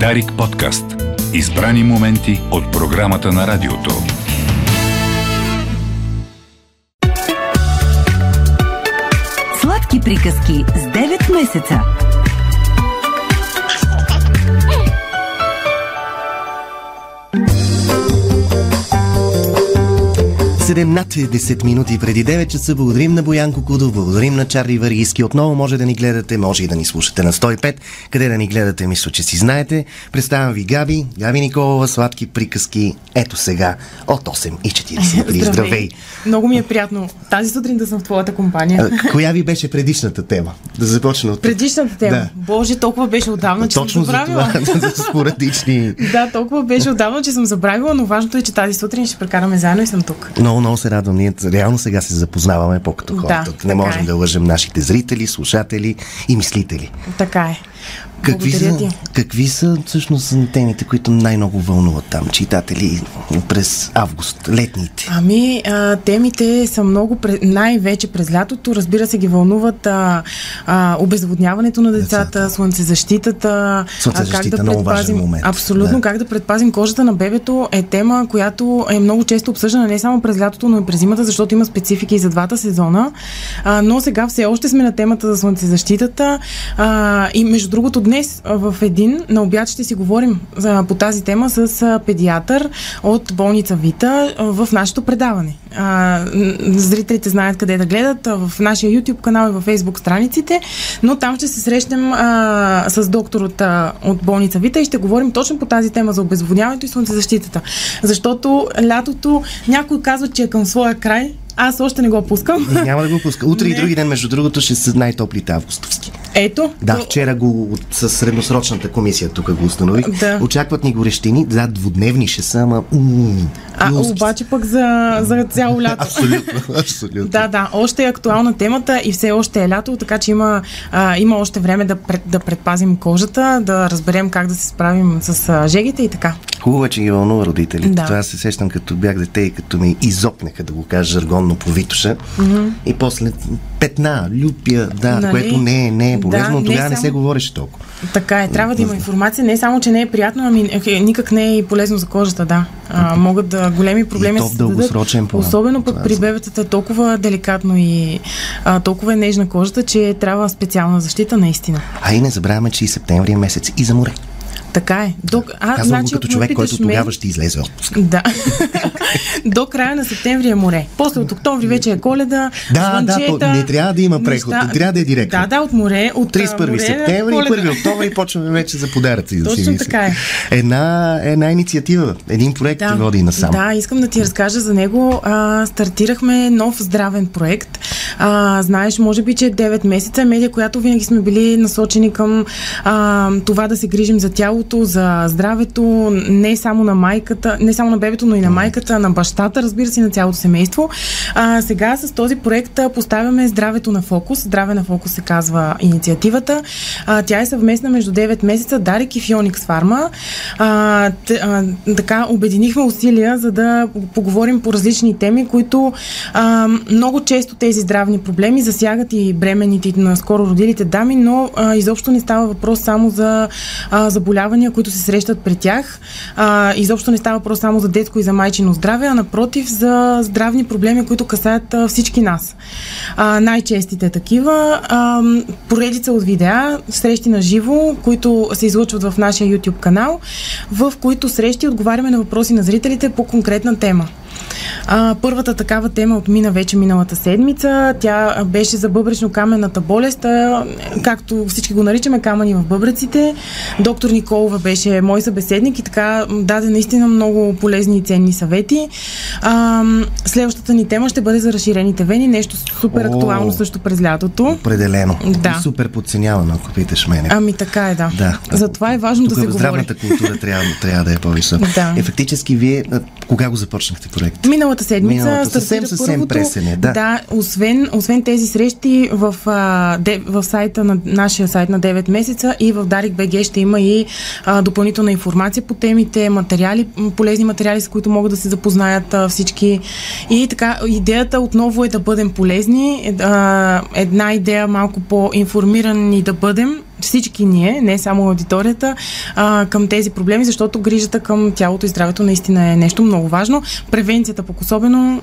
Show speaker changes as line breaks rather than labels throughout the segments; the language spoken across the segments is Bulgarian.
Дарик подкаст. Избрани моменти от програмата на радиото.
Сладки приказки с 9 месеца.
Седемнадцать 10 минути преди 9 часа. Благодарим на Боянко Кудов, благодарим на Чарли Варийски. Отново може да ни гледате, може и да ни слушате на 105. Къде да ни гледате, мисля, че си знаете. Представям ви Габи, Габи Николова, сладки приказки. Ето сега, от 8.40. Здравей. Здравей.
Много ми е приятно тази сутрин да съм в твоята компания.
А, Коя ви беше предишната тема? Да започна от... тук.
Предишната тема.
Да.
Боже, толкова беше отдавна, че
Точно
съм
за
забравила.
това, за спорадични
Да, толкова беше отдавна, че съм забравила, но важното е, че тази сутрин ще прекараме заедно и съм тук.
Много, много се радвам. Ние реално сега се запознаваме по-като
Да,
хората. не
така
можем
е.
да лъжем нашите зрители, слушатели и мислители.
Така е.
Какви
Благодаря
са,
ти.
какви са всъщност темите, които най-много вълнуват там читатели през август, летните?
Ами, а, темите са много, пре- най-вече през лятото. Разбира се, ги вълнуват а, а, обезводняването на децата,
Децата.
слънцезащитата,
Слънцезащита, е
а, как да
много важен
предпазим,
момент.
Абсолютно,
Да.
как да предпазим кожата на бебето е тема, която е много често обсъждана не само през лятото, но и през зимата, защото има специфики и за двата сезона. А, но сега все още сме на темата за слънцезащитата. А, и между другото, днес а, в един на обяд ще си говорим за, по тази тема с а, педиатър от болница Вита а, в нашето предаване. А, н- зрителите знаят къде да гледат а, в нашия YouTube канал и във Facebook страниците, но там ще се срещнем а, с доктор от, а, от болница Вита и ще говорим точно по тази тема за обезводняването и слънцезащитата. Защото лятото някой казва, че е към своя край, аз още не го пускам.
Няма да го пуска. Утре и
Не.
други ден, между другото, ще са най-топлите августовски.
Ето.
Да,
то-
вчера го от- със средносрочната комисия тук го установих.
Да.
Очакват ни горещини, да, двудневни ще са, ама... м,
А,
юлски.
обаче пък за, за цяло лято.
Абсолютно, абсолютно.
Да, да, още е актуална темата и все още е лято, така че има, а, има още време да, пред, да предпазим кожата, да разберем как да се справим с а, жегите и така.
Хубаво, е, че ги вълнува родителите.
Да.
Това аз се сещам като бях дете и като ме изопнеха, да го кажа жаргонно по витуша. Mm-hmm. И после петна, люпя, да,
Нали?
което не е, не е
Да,
полезно, но
не
тогава не
само-
се говореше толкова.
Така е, трябва да има информация, не само, че не е приятно, ами е, никак не е и полезно за кожата, да. А, могат да големи проблеми
И то в
да се създадат,
дългосрочен план.
Особено
Това
пък
е
при
за-
бебетата е толкова деликатно и а, толкова е нежна кожата, че трябва специална защита наистина.
А и не забравяме, че и септември е месец и за море.
Така е. Док... А,
Казвам го
значи,
като
ако ме
човек,
питаш
който
мен-
тогава ще излезе отпуск.
Да. До края на септември е море. После от октомври вече е коледа.
Да, да,
слънчета,
то не трябва да има преход, не трябва да е директно.
Да, да, от море. От а,
31
море, е
септември и
коледа.
1 октомври почваме вече за подаръци. да си
Точно
мислим.
така е.
Една, една инициатива, един проект да. води насам.
Да, искам да ти разкажа за него. А, стартирахме нов здравен проект. А, знаеш, може би, че 9 месеца е медия, която винаги сме били насочени към а, това да се грижим за тялото, за здравето, не само на майката, не само на бебето, но и на майката, на бащата, разбира се, и на цялото семейство. А, сега с този проект а, поставяме здравето на фокус. Здраве на фокус се казва инициативата. А, тя е съвместна между 9 месеца Дарик и Фионикс Фарма. А, т, а, така, обединихме усилия, за да поговорим по различни теми, които а, много често тези здравни проблеми засягат и бременните, и наскоро родилите дами, но а, изобщо не става въпрос само за а, заболявания, които се срещат при тях. А, изобщо не става въпрос само за детско и за майчино здраве, а напротив за здравни проблеми, които касаят а, всички нас. А, най-честите такива. А, поредица от видеа, срещи на живо, които се излъчват в нашия YouTube канал, в които срещи отговаряме на въпроси на зрителите по конкретна тема. А, първата такава тема отмина вече миналата седмица. Тя а, беше за бъбречно-каменната болест, а, както всички го наричаме, камъни в бъбреците. Доктор Николова беше мой събеседник и така м, даде наистина много полезни и ценни съвети. А, м, следващата ни тема ще бъде за разширените вени, нещо супер актуално
О.
също през лятото.
Определено.
Да.
И Супер подценявано, ако питаш мене.
Ами така е, да.
Да.
Затова е важно
Тук
да се
в
говори.
здравната култура трябва, трябва да е по-висока.
Да.
Е, фактически вие, а, кога го започнахте проекта?
Миналата седмица
Миналата,
стартира
съвсем, съвсем
първото.
пресен е, да.
да освен, освен тези срещи в, а, де, в сайта на нашия сайт на 9 месеца и в Дарик БГ ще има и а, допълнителна информация по темите, материали, м, полезни материали, с които могат да се запознаят а, всички. И така, идеята отново е да бъдем полезни. Е, а, една идея малко по-информирани да бъдем всички ние, не само аудиторията, а, към тези проблеми, защото грижата към тялото и здравето наистина е нещо много важно. Превенцията пък особено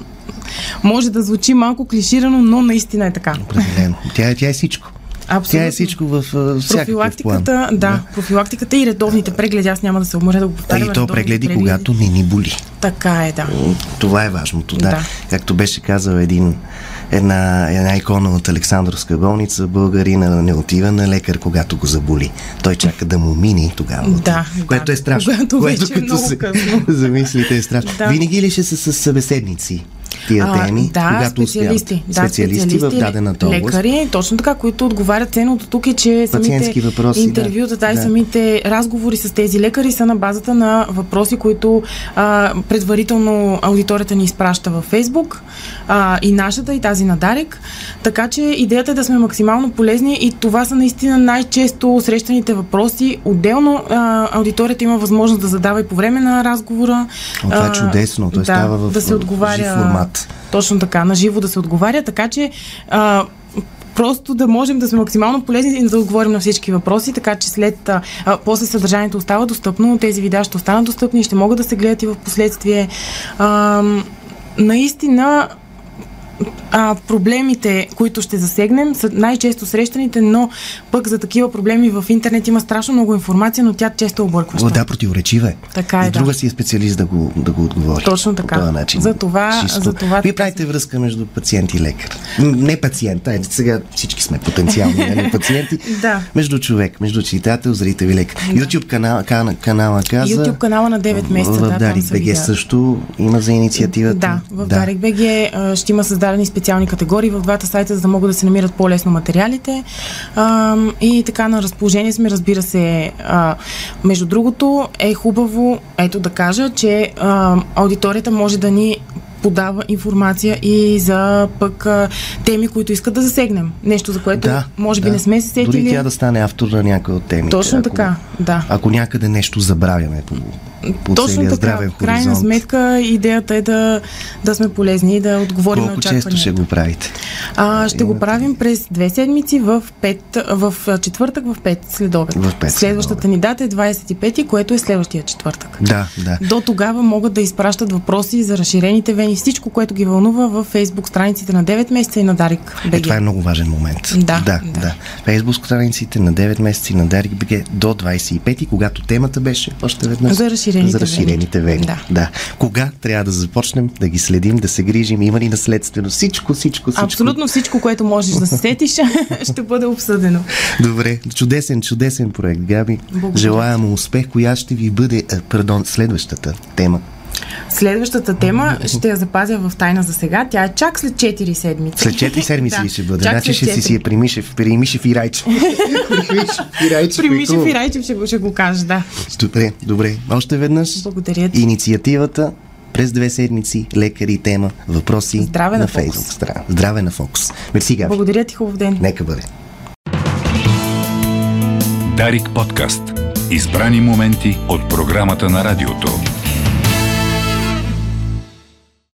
може да звучи малко клиширано, но наистина е така.
Определено. Тя, тя е всичко.
Абсолютно.
Тя е всичко в а, всякакъв план.
Профилактиката, да, профилактиката и редовните прегледи, аз няма да се уморя да го повтарям.
И то
редовните
прегледи, когато не ни боли.
Така е, да.
Това е важното, да.
Да.
Както беше казал един, една, една икона от Александровска болница, българина не отива на лекар, когато го заболи. Той чака да му мине и тогава. отива.
Да, да,
което е
да.
страшно.
Когато
което
вече е много
се
късно.
замислите е страшно.
Да.
Винаги ли ще са с събеседници тия
А,
теми?
да,
когато
специалисти.
Успяват? специалисти, в дадената област.
Лекари, точно така, които отговарят. Ценното тук е, че
Пациентски
самите
въпроси, да.
интервюта, да, и
Да.
самите разговори с тези лекари са на базата на въпроси, които а, предварително аудиторията ни изпраща във Фейсбук а, и нашата, и тази на Дарек. Така че идеята е да сме максимално полезни и това са наистина най-често срещаните въпроси. Отделно а, аудиторията има възможност да задава и по време на разговора.
О, това е
а,
чудесно. Той
да,
става в
да се
жив
отговаря,
формат.
Точно така, на живо да се отговаря, така че а, просто да можем да сме максимално полезни и да отговорим на всички въпроси, така че след, а, а, после съдържанието остава достъпно, тези видеа ще останат достъпни, и ще могат да се гледат и в последствие. А, наистина а, проблемите, които ще засегнем, са най-често срещаните, но пък за такива проблеми в интернет има страшно много информация, но тя често
О,
е объркваща.
да, противоречива е.
Така е,
И друга
да.
си е специалист да го, да го отговори.
Точно
по
така.
този начин.
За това-
Чисто.
за това
Вие
така
правите връзка между пациент и лекар. М, Не пациент, а сега всички сме потенциални нали, пациенти.
Да.
Между човек, между читател, зрител и лекар. YouTube канала, кана, канала каза...
YouTube канала на 9 месеца, да,
В
там
Дарик
са
БГ
видеа.
също има за инициативата.
Да, в да. Дарик БГ а, ще има създадени специални категории в двата сайта, за да могат да се намират по-лесно материалите. А, и така на разположение сме, разбира се. А, между другото, е хубаво, ето да кажа, че а, аудиторията може да ни подава информация и за пък а, теми, които искат да засегнем. Нещо, за което
Да,
може би
да.
не сме се сетили.
Дори тя да стане автор на някоя от темите.
Точно
ако,
така, да.
Ако някъде нещо забравяме по, по
Точно
целия
така.
здравен
В крайна
хоризонт.
сметка идеята е да, да сме полезни и да отговорим на
колко
очакванията.
често ще го правите?
А, ще го
Имате
правим през две седмици в, пет, в а, четвъртък в 5 следобед.
В пет
Следващата ни дата е 25, което е следващия четвъртък.
Да, да. Е,
До тогава могат да изпращат въпроси за разширените вени, всичко, което ги вълнува в фейсбук страниците на 9 месеца и на Дарик
Е,
БГ.
това е много важен момент.
Да,
да.
да.
да. Фейсбук страниците на 9 месеци на Дарик БГ до 25, когато темата беше още веднъж.
За разширените
за разширените вени.
вени.
Да. да. Кога трябва да започнем да ги следим, да се грижим, има ли наследствено всичко, всичко, всичко.
Абсолютно всичко, което можеш да се сетиш, ще бъде обсъдено.
Добре, чудесен, чудесен проект, Габи.
Благодаря.
Желая му успех. Коя ще ви бъде, а, пардон, следващата тема?
Следващата тема ще я запазя в тайна за сега. Тя е чак след 4 седмици.
След 4 седмици
Да,
ли ще бъде?
чак
Значи
след
ще си
четири.
си е примишев, примишев и райче. примишев и райче.
Примишев
хубаво.
и Райчев ще го, ще го кажа, да.
Добре, добре. Още веднъж.
Благодаря ти.
Инициативата през две седмици, лекари, тема, въпроси
Здраве
на
на Фокус.
Фейсбук. страна. Здраве на Фокус. Мерси, Габи.
Благодаря ти, хубав ден.
Нека бъде.
Дарик подкаст. Избрани моменти от програмата на радиото.